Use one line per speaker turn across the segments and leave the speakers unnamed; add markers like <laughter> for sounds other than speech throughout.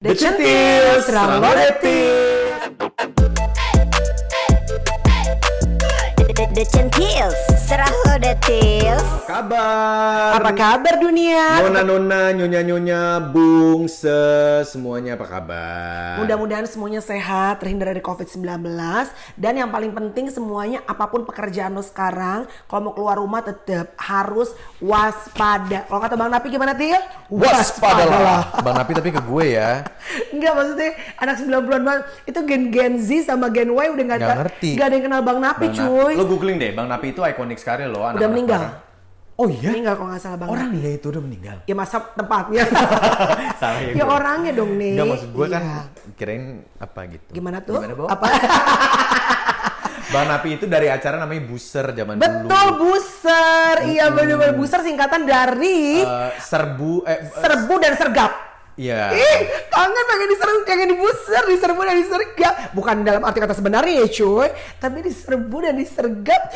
The Centil, Serang Loretil.
The Centils, serah lo details.
Kabar.
Apa kabar dunia?
Nona nona nyonya nyonya bung se semuanya apa kabar?
Mudah-mudahan semuanya sehat, terhindar dari COVID-19 Dan yang paling penting semuanya apapun pekerjaan lo sekarang Kalau mau keluar rumah tetap harus waspada Kalau kata Bang Napi gimana Til?
waspadalah. Bang Napi tapi ke gue ya.
Enggak maksudnya anak 90-an banget Itu gen Gen Z sama Gen Y udah gak,
Nggak ngerti.
ada yang kenal Bang Napi
Bang Napi.
cuy
Lo googling deh, Bang Napi itu ikonik sekali loh.
Udah
anak-anak
meninggal
orang. Oh iya?
Meninggal kalau gak salah Bang
Ya? Orang
Napi
dia itu udah
<laughs>
meninggal.
Ya masa
<laughs>
tempatnya
Salah ya
Ya
gue.
orangnya dong nih
Enggak maksud gue kan
Iya.
kirain apa gitu.
Gimana tuh?
Gimana Bo?
Apa?
Bang Napi itu dari acara namanya Buser zaman dulu.
Betul buser. Iya
Hmm.
benar-benar buser singkatan dari
Eh, serbu eh eh,
serbu dan sergap.
Iya.
Ih, kangen pengen diserbu, pengen dibuser, diserbu dan disergap. Bukan dalam arti kata sebenarnya ya cuy, tapi diserbu dan disergap.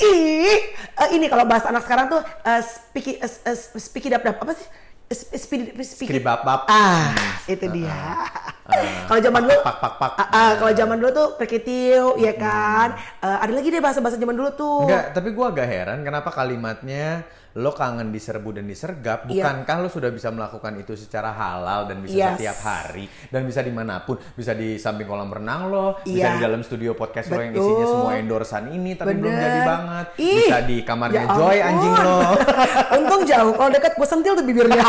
Ih, eh, ini kalau bahasa anak sekarang tuh eh, speaky eh, eh, speaky dap dap apa sih? Eh, Speed, speed,
Skribabab.
Ah, itu dia. kalau zaman dulu,
Hmm. Ah. pak, pak, pak.
Ah, ah, kalau zaman dulu tuh perkitiu, ya kan. Eh, ada lagi deh bahasa-bahasa zaman dulu tuh.
Enggak, tapi gue agak heran kenapa kalimatnya lo kangen diserbu dan
Iya.
disergap, bukankah lo sudah bisa melakukan itu secara halal dan bisa
Yes.
setiap hari dan bisa dimanapun, bisa di samping kolam renang lo, bisa
Iya.
di dalam studio podcast lo yang
Betul.
isinya semua endorsan ini tapi belum
Bener.
jadi banget,
Ih,
bisa di kamarnya
ya
Joy
ampun.
anjing lo. <laughs>
<laughs> Untung jauh, kalau dekat gue sentil tuh bibirnya.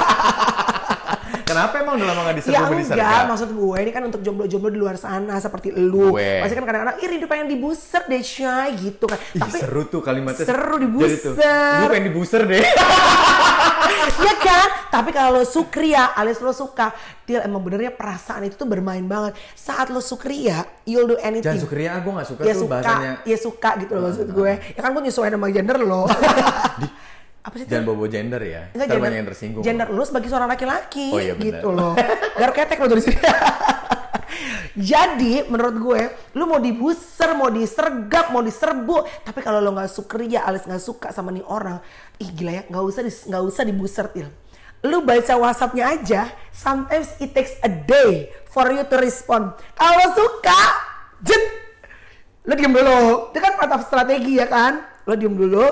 kenapa emang udah lama gak
ya
diserbu dan
enggak,
disergap?
maksud gue ini kan untuk jomblo-jomblo di luar sana seperti lu.
Gue.
Pasti kan kadang-kadang, ih rindu pengen dibuser deh Shay gitu kan.
Ih, seru tuh kalimatnya.
Seru di
Jadi tuh,
buser.
Gue pengen di buser deh.
<laughs> Iya kan? Tapi kalau lo sukria alias lo suka, dia emang benernya perasaan itu tuh bermain banget. Saat lo sukria, you'll do anything.
Jangan sukria, gue gak suka
ya
tuh
suka,
bahasanya. Nah,
ya suka gitu loh maksud gue. Ya kan gue nyesuaiin sama gender
<laughs>
lo. Apa sih?
Jangan bobo gender ya.
Enggak
Ntar
gender,
banyak yang tersinggung.
Gender lu sebagai seorang laki-laki
Oh, iya, benar.
gitu
<laughs>
loh. Garuk ketek lo dari sini. Jadi menurut gue, lu mau dibuser, mau disergap, mau diserbu, tapi kalau lo nggak sukria alias nggak suka sama nih orang, ih gila ya, nggak usah dis- nggak usah dibuser til. Lu baca WhatsAppnya aja. Sometimes it takes a day for you to respond. Kalau suka, jet, lo diem dulu. Itu kan part of strategi ya kan? Lo diem dulu,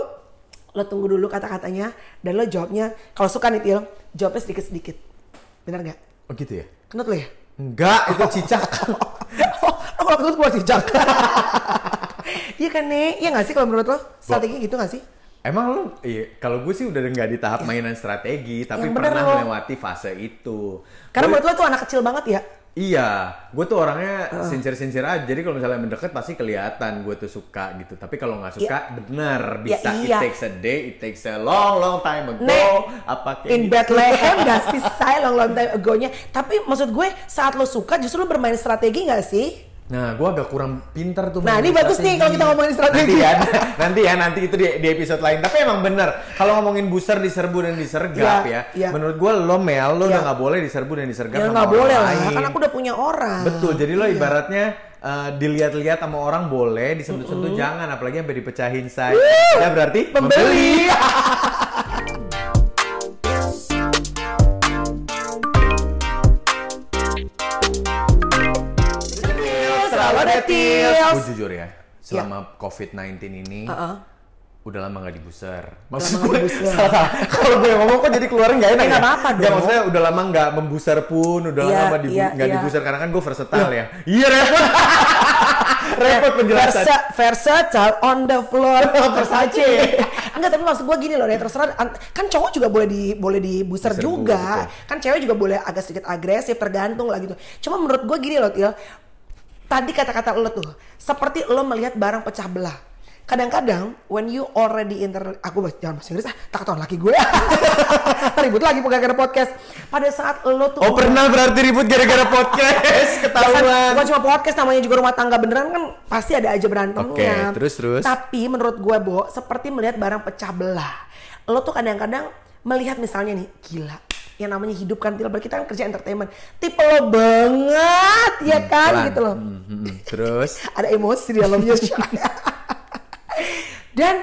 lo tunggu dulu kata-katanya dan lo jawabnya kalau suka nih Til jawabnya sedikit-sedikit bener nggak
Oh gitu ya?
kenut lo ya
Enggak, itu cicak.
oh
<laughs>
lo kalau kenut gue sijak <laughs> iya kan nih iya nggak sih kalau menurut lo strategi gitu nggak sih
Emang lu, iya, kalau gue sih udah nggak di tahap mainan strategi, tapi
Yang bener
pernah
lo.
melewati fase itu.
karena
Gue-
menurut lo tuh anak kecil banget ya
Iya, gue tuh orangnya
Ah.
sincere-sincere aja. Jadi kalau misalnya mendekat pasti kelihatan gue tuh suka gitu. Tapi kalau nggak suka, bener bisa.
iya.
It takes a day, it takes a long, long time ago.
Nek,
apa kayak
in <laughs>
gitu.
Bethlehem nggak sih saya long long time ago nya tapi maksud gue saat lo suka justru lo bermain strategi nggak sih
Nah, gue agak kurang pinter tuh.
Nah, ini
main
bagus nih kalau kita ngomongin strategi.
Nanti ya, nanti ya, nanti itu di, di episode lain. Tapi emang bener, kalau ngomongin booster diserbu dan disergap
Iya,
ya,
iya.
menurut gue lo mel, lo
Iya.
udah nggak boleh diserbu dan disergap
ya
sama
nggak
orang
boleh lah
lain.
ya, kan aku udah Iya. punya orang
Betul, jadi lo ibaratnya eh, dilihat-lihat sama orang boleh, disentuh-sentuh jangan, apalagi sampai dipecahin saya. Ya berarti
pembeli Selamat ya, detil.
Gue jujur ya, selama COVID-19 ini
Uh-uh.
udah lama gak dibuser.
lama
Maksud
nggak
gue,
dibuser.
salah. Kalau gue yang ngomong kok jadi keluarnya gak enak
Eh, nggak apa-apa
Ya
dong.
maksudnya udah lama gak membuser pun, udah
Iya,
lama dibu-
iya,
nggak
iya.
dibuser karena kan gue versatile
<laughs>
ya. Iya repot. <laughs> repot penjelasan.
Versa, versatile on the <laughs> floor Oh, Versace enggak tapi maksud gue gini loh ya terserah an- kan cowok juga boleh di boleh di booster
Diserbu,
juga
betul.
kan cewek juga boleh agak sedikit agresif tergantung lah gitu cuma menurut gue gini loh Til tadi kata-kata lo tuh seperti lo melihat barang pecah belah kadang-kadang when you already inter aku bahas- jangan bahasa Inggris ah tak ketahuan laki gue <laughs> ribut lagi gara-gara podcast pada saat lo tuh
Oh pernah berarti ribut gara-gara podcast ketahuan.
Bukan cuma podcast namanya juga rumah tangga beneran kan pasti ada aja berantemnya.
Oke, terus, terus.
Tapi menurut gue Bo, seperti melihat barang pecah belah. Lo tuh kadang-kadang melihat misalnya nih, gila. Yang namanya hidup kan, Til, kita kan kerja entertainment. Tipe lo banget, ya kan
Pelan.
gitu loh.
Hmm, hmm, hmm. Terus
Ada emosi di dalamnya. Dan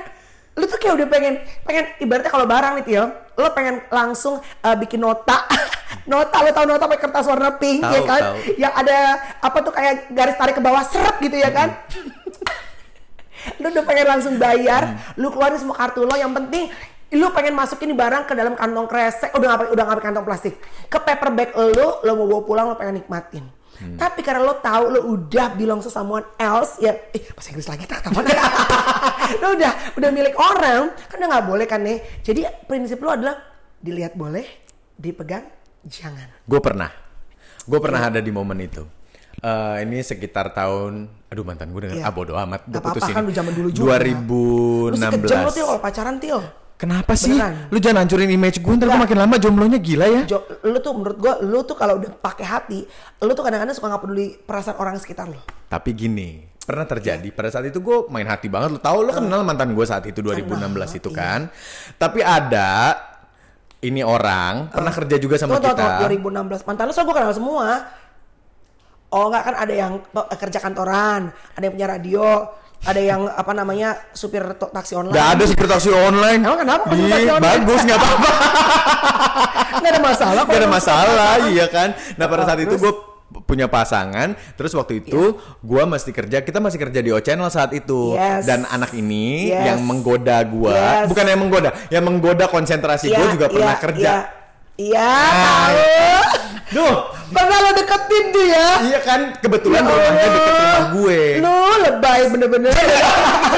lu tuh kayak udah pengen pengen ibaratnya kalau barang nih Til lu pengen langsung eh, bikin nota <laughs> nota lu tahu nota pakai kertas warna pink
Tahu,
ya kan
tahu.
yang ada apa tuh kayak garis tarik ke bawah seret gitu ya kan lu udah pengen langsung bayar lu keluarin semua kartu lo yang penting lu pengen masukin nih barang ke dalam kantong kresek udah ngapain udah ngapain kantong plastik ke paper bag lo lo mau bawa pulang lo pengen nikmatin tapi karena lo tahu lo udah belong to someone else ya eh bahasa Inggris lagi tak tahu lo udah udah milik orang kan udah nggak boleh kan nih jadi prinsip lo adalah dilihat boleh dipegang jangan
Gue pernah. Gue pernah ada di momen itu. Eh, ini sekitar tahun aduh mantan gue denger
Iya.
ah bodo amat gue
Gak apa-apa,
putusin
kan lu zaman dulu juga. Lu sih ya, kejam lo til
2016
kalau pacaran til
kenapa sih
Beneran.
lu jangan hancurin image gue ntar gue
Enggak.
makin lama jomblonya gila ya
Jo, lu tuh menurut gua lu tuh kalau udah pakai hati lu tuh kadang-kadang suka nggak peduli perasaan orang sekitar lo
Tapi gini, pernah terjadi pada saat itu gue main hati banget. Lo tau lo kenal mantan gue saat itu 2016 itu
iya.
kan. Tapi ada ini orang pernah
Eh,
kerja juga sama
Tuh, tuh, tuh,
kita.
2016 mantan lu soalnya gua kenal semua oh nggak kan ada yang pe- kerja kantoran ada yang punya radio ada yang apa namanya supir to- taksi online
Gak ada supir taksi online.
Emang kenapa kok supir
Ih,
taksi online?
Bagus nggak apa-apa.
<laughs> nggak ada masalah kok.
Gak ada masalah, iya kan. Nah pada saat itu
Terus? Iya.
gue punya pasangan, terus waktu itu gua masih kerja, kita masih kerja di O Channel saat itu,
Yes.
dan anak ini
Yes.
yang menggoda gua,
Yes.
bukan yang menggoda, yang menggoda konsentrasi
Iya,
gue juga pernah
iya,
kerja.
iya
Ah.
tahu
Duh,
pernah lo deketin dia
Iya kan, kebetulan
Ya
rumahnya
Allah.
deket rumah gue.
lu lebay bener-bener
<laughs>
<laughs>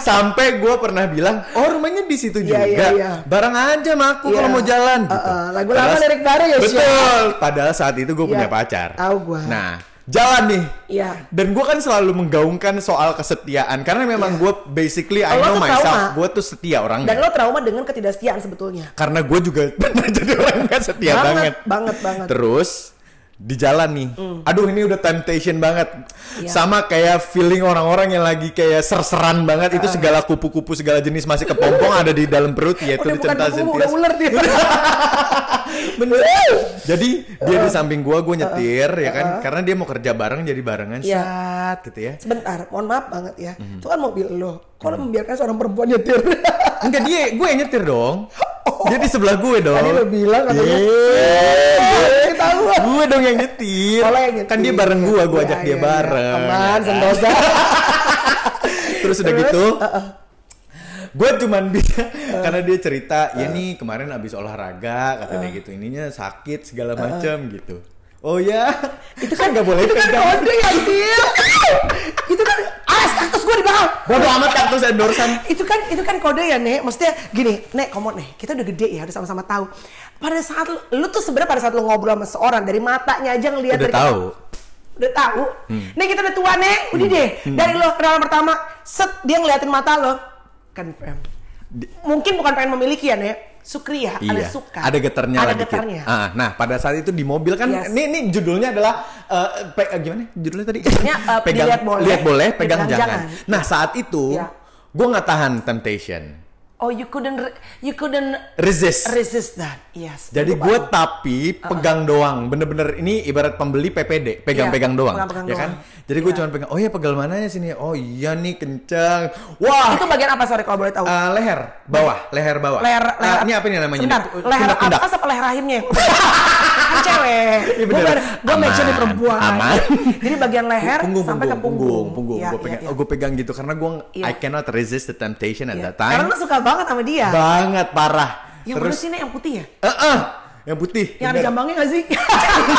Sampai gue pernah bilang, oh rumahnya di situ
Iya,
juga.
iya, iya.
Bareng aja sama aku
Iya.
kalau mau jalan. gitu.
Uh-uh, lagu lama,
Padahal-
lirik baru ya, Syah.
Betul. Padahal saat itu gue
Iya,
punya pacar.
tahu gua.
Nah, jalan nih.
Iya.
Dan gue kan selalu menggaungkan soal kesetiaan karena memang gue basically
Lo
I know
tuh Iya. trauma.
myself, gue tuh setia orangnya.
dan lo trauma dengan ketidaksetiaan sebetulnya
karena gue juga <laughs> pernah jadi orang yang setia
Banget,
banget.
banget, banget. Hmm.
Terus di jalan nih, aduh ini udah temptation banget,
Iya.
sama kayak feeling orang-orang yang lagi kayak serseran banget itu segala kupu-kupu segala jenis masih kepompong ada di dalam perut ya, yaitu
udah bukan
dicental
kubu, udah
sentil.
ular dia.
<laughs> Bener. Jadi dia di samping gua, gue nyetir ya kan, karena dia mau kerja bareng jadi barengan
Iya.
saat gitu ya.
Sebentar, mohon maaf banget ya.
Mhm.
Itu kan mobil lo. Kalau membiarkan seorang perempuan nyetir. <laughs>
Enggak dia, gue yang nyetir dong. Dia di sebelah gue dong.
Oh. Tadi lo bilang katanya.
iya.
Eh,
Yeay.
Ketahuan.
gue dong yang nyetir.
Kalau yang nyetir.
Kan dia bareng gue, gue ajak
Ya,
dia
ya, ya.
bareng. kan?
Aman, sentosa.
<laughs> Terus udah gitu, gue cuman bisa
<laughs>
karena dia cerita, ya nih kemarin abis olahraga, kata dia gitu, ininya sakit segala macam gitu. Oh ya, itu kan <laughs> nggak boleh
Itu kan
pegang.
kode ya, Sil. <laughs> itu kan alas kaktus gue di belakang.
Bodo amat kaktus endorsan.
itu kan itu kan kode ya nek maksudnya gini nek komot nih kita udah gede ya udah sama-sama tahu pada saat lu, lu tuh sebenarnya pada saat lu ngobrol sama seorang dari matanya aja ngelihat
Udah
dari
tahu.
udah tahu
Hmm.
nek kita udah tua nek udah deh dari lo kenalan pertama set dia ngeliatin mata lo confirm mungkin bukan pengen memiliki ya nek Sukria ada
Iya,
suka
ada getarnya
ada
lah dikit.
getarnya
Ah, nah, pada saat itu di mobil kan,
Yes.
ini, ini judulnya adalah eh, pe- eh, gimana? Judulnya tadi?
Judulnya,
<laughs>
eh, dilihat boleh,
lihat boleh, pegang,
dipegang
jangan.
jangan.
Nah saat itu,
Iya.
gue nggak tahan temptation,
oh you couldn't re- you couldn't
resist.
resist that yes
Jadi gue tapi pegang doang, bener-bener ini ibarat pembeli PPD, pegang-pegang
Iya,
doang,
pegang-pegang
ya kan?
doang.
Jadi gue
Iya.
cuma pegang, oh ya pegal mananya sini, oh iya nih kencang,
Oh,
wah
itu bagian apa sorry kalau boleh tahu
eh, leher bawah, leher bawah,
leher
Ah,
leher
ini apa ini namanya?
Bentar, leher
Pundak-pundak.
atas apa leher rahimnya
<laughs>
kan cewek
Iya,
gue
bener.
gue make sure ini
Aman,
perempuan
aman.
jadi bagian leher
punggung,
sampai
punggung,
ke punggung
punggung,
Iya,
gue
iya,
pegang,
iya.
gue pegang gitu karena gue
Iya.
I cannot resist the temptation at
Iya.
that time.
karena lu suka banget sama dia
Banget parah.
yang Terus,
Terus,
sih Nek, yang putih ya
eh eh, yang putih.
yang ada
bener.
jambangnya gak sih
<laughs>
<laughs>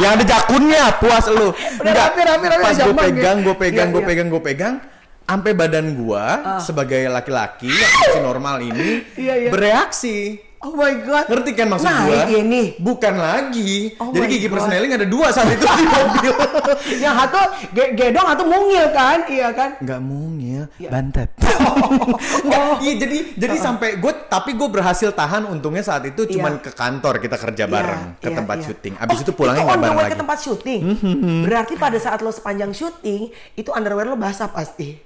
yang ada jakunnya, puas lu.
rapi, rapi, rapi,
Pas gue
jambang
pegang,
gitu.
gue pegang,
Iya,
gue
iya. Ah.
pegang, gue pegang. Sampai badan gua sebagai laki-laki yang masih normal ini
Iya, iya.
bereaksi.
oh my god
Ngerti kan maksud
nah,
gua?
ini
Bukan lagi.
Oh
Jadi
my
gigi
God.
persneling ada dua saat itu di
<laughs>
mobil.
yang satu ge- gedong atau mungil kan iya kan
nggak mungil
Iya.
bantet <laughs> nggak
Oh.
iya jadi jadi sampai gue tapi gue berhasil tahan untungnya saat itu
Iya.
cuman ke kantor kita kerja bareng
Iya,
ke
iya,
tempat
iya.
syuting abis
Oh,
itu pulangnya nggak
on the
bareng
way
lagi Hmm,
ke tempat syuting berarti pada saat lo sepanjang syuting itu underwear lo basah
<laughs>
pasti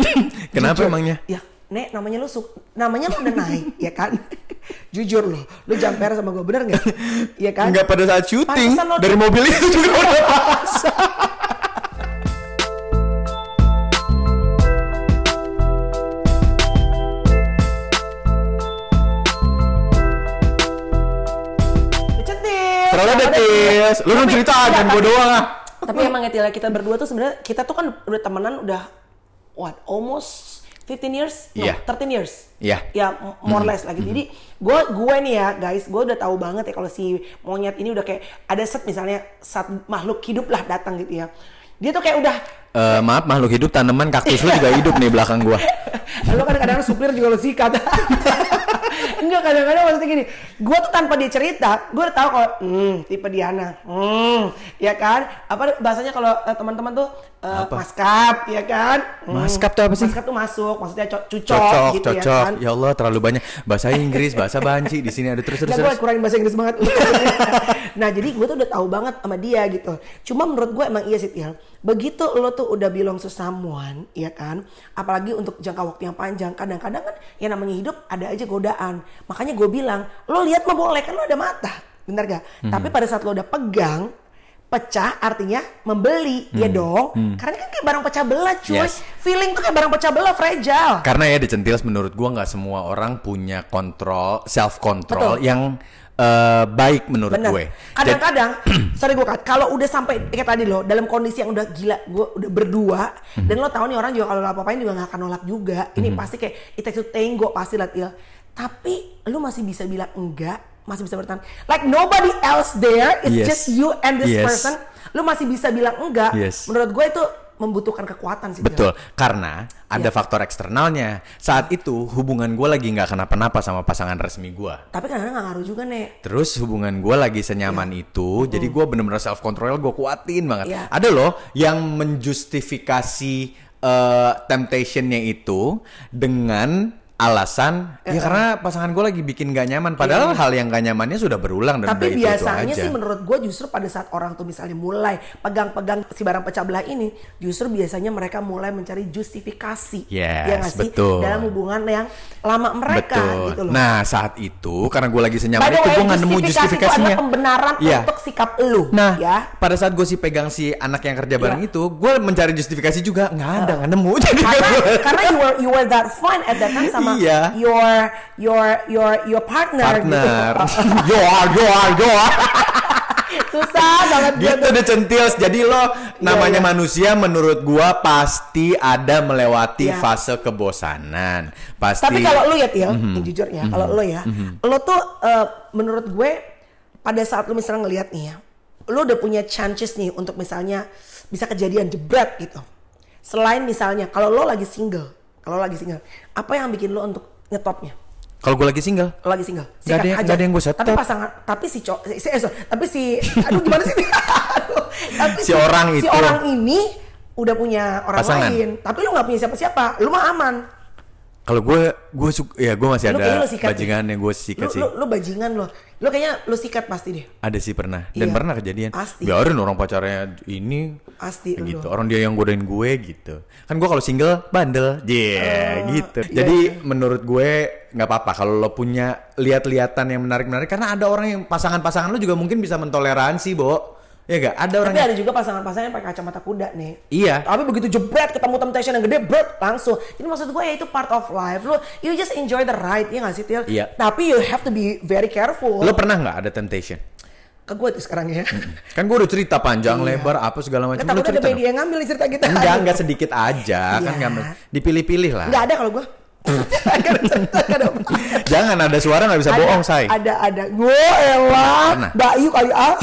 Kenapa
Jujur.
emangnya?
ya Nek, namanya lu su- namanya lu udah naik, ya kan? <laughs> Jujur lo, lu jamper sama gue bener nggak?
<laughs>
Iya kan?
nggak pada saat syuting
Pantesan lo-
dari mobil itu
<laughs>
juga udah deh, Tis. Lu kan cerita
iya,
jangan gua doang ah.
Tapi emang ya Tila, kita berdua tuh sebenarnya kita tuh kan udah temenan udah what almost 15 years, no,
Iya.
13 years.
Iya. Mm-hmm.
Ya m- more or less lagi. Jadi gue gue nih ya guys, gue udah tahu banget ya kalau si monyet ini udah kayak ada set misalnya saat makhluk hidup lah datang gitu ya. Dia tuh kayak udah
Eh, maaf makhluk hidup tanaman kaktus lu juga hidup nih belakang
<laughs>
gua.
Lalu kan kadang-kadang supir juga lo sikat. Enggak kadang-kadang maksudnya gini, gue tuh tanpa dia cerita, gue udah tahu kalau hmm, tipe Diana, hmm, ya kan? Apa bahasanya kalau eh, teman-teman tuh eh, maskap, ya kan? Hmm.
Maskap tuh apa sih?
Maskap tuh masuk, maksudnya co- cucok,
Cocok,
gitu
cocok.
ya kan?
Ya Allah, terlalu banyak bahasa Inggris, bahasa banci di sini ada terus terus.
Nggak,
terus.
gue kurangin bahasa Inggris banget. <laughs> nah jadi gue tuh udah tahu banget sama dia gitu. Cuma menurut gue emang iya sih Til. Begitu lo tuh udah bilang to someone, ya kan. Apalagi untuk jangka waktu yang panjang. Kadang-kadang kan yang namanya hidup ada aja godaan. Makanya gue bilang, lo lihat mah boleh kan lo ada mata. Bener gak?
Mhm.
Tapi pada saat lo udah pegang, pecah artinya membeli ya dong karena kan kayak barang pecah belah cuy
Mhm. Yes.
feeling tuh kayak barang pecah belah fragile
Karena ya dicentil menurut gua nggak semua orang punya kontrol, self control
Betul.
yang eh, baik menurut
Bener.
gue. Jadi-
Kadang-kadang,
<clears throat>
sorry gue kalau udah sampai kayak tadi loh, dalam kondisi yang udah gila, gue udah berdua,
Mhm.
dan lo tahu nih orang juga kalau lo apa-apain juga gak akan nolak juga. Ini pasti kayak it takes two tango pasti lah Il. Tapi lo masih bisa bilang enggak, masih bisa bertahan. Like nobody else there, it's
Yes.
just you and this
Yes.
person. Lo masih bisa bilang enggak.
Yes.
Menurut gue itu membutuhkan kekuatan sih. Il.
Betul, karena ada faktor eksternalnya. Saat itu hubungan gue lagi nggak kenapa-napa sama pasangan resmi gue.
Tapi kadang-kadang gak ngaruh juga nih.
Terus hubungan gue lagi senyaman itu, jadi gue bener-bener self control gue kuatin banget.
Iya.
Ada loh yang menjustifikasi eh, temptationnya itu dengan alasan ya karena pasangan gue lagi bikin gak nyaman. Padahal hal yang gak nyamannya sudah berulang
Iya.
dan udah
Tapi
itu, itu
biasanya
aja.
sih menurut gue justru pada saat orang tuh misalnya mulai pegang-pegang si barang pecah belah ini, justru biasanya mereka mulai mencari justifikasi
Yes,
ya nggak sih?
betul.
dalam hubungan yang lama mereka
Betul.
gitu loh.
Nah saat itu karena gue lagi senyaman
By the
itu
way,
gue gak nemu
justifikasi itu adalah
justifikasinya.
pembenaran
Iya.
untuk sikap lu,
Nah,
ya. Iya.
pada saat gue sih pegang si anak yang kerja bareng itu, gue mencari justifikasi juga nggak ada, nggak nemu. <laughs> Jadi
Karena,
gua-
karena you were you were that fine at that time sama
Iya.
your your your your partner,
partner,
gitu.
joar joar joar,
<laughs> Susah banget gue
<laughs> gitu deh centils. Jadi lo
Iya,
namanya manusia menurut gue pasti ada melewati
Iya.
fase kebosanan, pasti.
Tapi kalau lu ya Til,
Mhm.
yang jujur ya, kalau lu ya, lu tuh eh, menurut gue pada saat lu misalnya ngelihat nih ya, lu udah punya chances nih untuk misalnya bisa kejadian jebret gitu. Selain misalnya kalau lo lagi single, kalau lo lagi single, apa yang bikin lo untuk ngetopnya?
kalau gue lagi single,
Lo lagi single,
Nggak ada yang- nggak ada yang gue stop.
Tapi pasangan, tapi si cowok, si, eh, sorry, tapi si, aduh gimana sih? <laughs> Aduh, tapi
Si orang
si
itu.
orang ini udah punya orang
Pasangan.
lain, tapi lu nggak punya siapa-siapa, lu mah aman.
kalau gue gue suka, ya gue masih
Lu kayaknya
ada
lu sikat
bajingan
deh.
yang gue sikat
lu,
sih.
Lu, lu bajingan lo. Lu kayaknya lu sikat pasti deh.
Ada sih pernah
Iya.
dan pernah kejadian.
Pasti.
Biarin orang pacarnya ini
Pasti lu.
gitu. Orang dia yang godain gue gitu. Kan gue kalau single
Oh,
bandel, yeah, gitu.
iya,
Jadi menurut gue nggak apa-apa kalau lo punya lihat-lihatan yang menarik-menarik karena ada orang yang pasangan-pasangan lo juga mungkin bisa mentoleransi, Bo. Ya gak? Ada orang
Tapi
yang
ada juga pasangan-pasangan yang pakai kacamata kuda nih.
Iya.
Tapi begitu jebret ketemu temptation yang gede, bret langsung. Jadi maksud gue ya itu part of life. Lu you just enjoy the ride, ya gak sih, Til?
Iya.
Tapi you have to be very careful.
Lo pernah nggak ada temptation?
Ke gue tuh sekarang ya.
Kan gue udah cerita panjang lebar apa segala
Iya.
macam.
Nggak
Lo
takut ada
cerita dong.
media yang ngambil nih cerita kita.
Enggak, enggak sedikit aja, kan
Iya.
enggak dipilih-pilih lah.
Nggak ada kalau
<laughs>
gue. Nggak ada cerita, nggak ada apa.
Jangan ada suara nggak bisa
Ada-
bohong, say.
Ada ada. Gue elah.
Pernah.
Mbak Yu kali ah.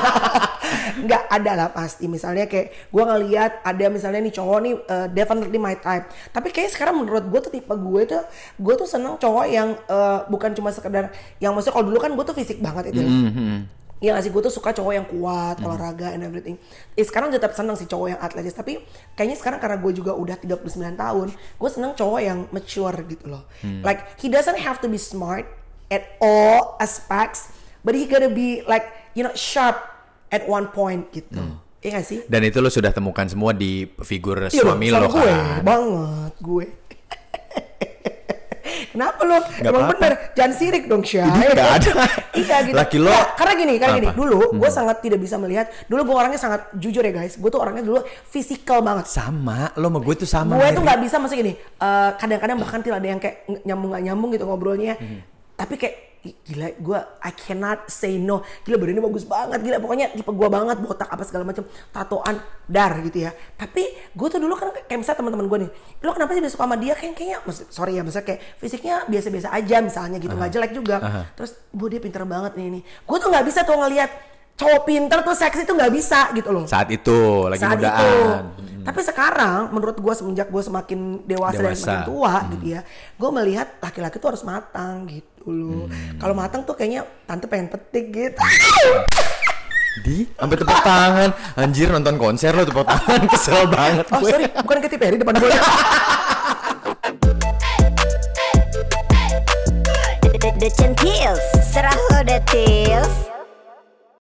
<laughs> Enggak ada lah pasti. Misalnya kayak gue ngeliat ada misalnya nih cowok nih uh, definitely my type. Tapi kayak sekarang menurut gue tuh tipe gue tuh gue tuh seneng cowok yang uh, bukan cuma sekedar yang maksudnya kalau dulu kan gue tuh fisik banget itu.
Mm-hmm.
Iya gak sih, gue tuh suka cowok yang kuat, olahraga and everything. Eh, sekarang tetap seneng sih cowok yang atletis, tapi kayaknya sekarang karena gue juga udah 39 tahun, gue seneng cowok yang mature gitu loh. Like, he doesn't have to be smart at all aspects, but he gotta be like, you know, sharp at one point gitu. Iya gak sih?
Dan itu lo sudah temukan semua di figur
Iya
suami
dong,
lo
sama gue
kan?
banget, gue. <laughs> Kenapa lo?
Nggak
Emang
apa-apa.
bener, jangan sirik dong Syah. <laughs>
nggak ada.
iya gitu.
Laki lo-
Nggak, karena gini, karena gini.
Apa? Hmm.
Dulu gue sangat tidak bisa melihat. Dulu gue orangnya sangat jujur ya guys. Gue tuh orangnya dulu fisikal banget.
sama lo sama gue tuh sama
Gue tuh
Mary.
nggak bisa maksudnya gini. eh, Kadang-kadang bahkan tidak ada yang kayak nyambung nggak nyambung gitu ngobrolnya. Tapi kayak "Ih, gila gue I cannot say no gila badannya bagus banget gila pokoknya tipe gue banget botak apa segala macam tatoan dar gitu ya tapi gue tuh dulu kan kayak misalnya teman-teman gue nih lo kenapa sih udah suka sama dia kayak kayaknya maksud- sorry ya maksudnya kayak fisiknya biasa-biasa aja misalnya gitu nggak jelek juga terus bu dia pinter banget nih ini gue tuh nggak bisa tuh ngelihat cowok pinter tuh seksi tuh nggak bisa gitu loh
Saat itu lagi
saat
mudaan.
itu. Tapi sekarang menurut gue semenjak gue semakin dewasa, dan
Dewasa.
semakin tua gitu ya, gue melihat laki-laki tuh harus matang gitu loh. Kalau matang tuh kayaknya tante pengen petik gitu.
Di sampai tepuk tangan. Anjir nonton konser lo tepuk tangan <laughs> kesel banget
Oh
gue.
sorry, bukan Katy Perry depan gue.
The, the, the centils, serah lo details.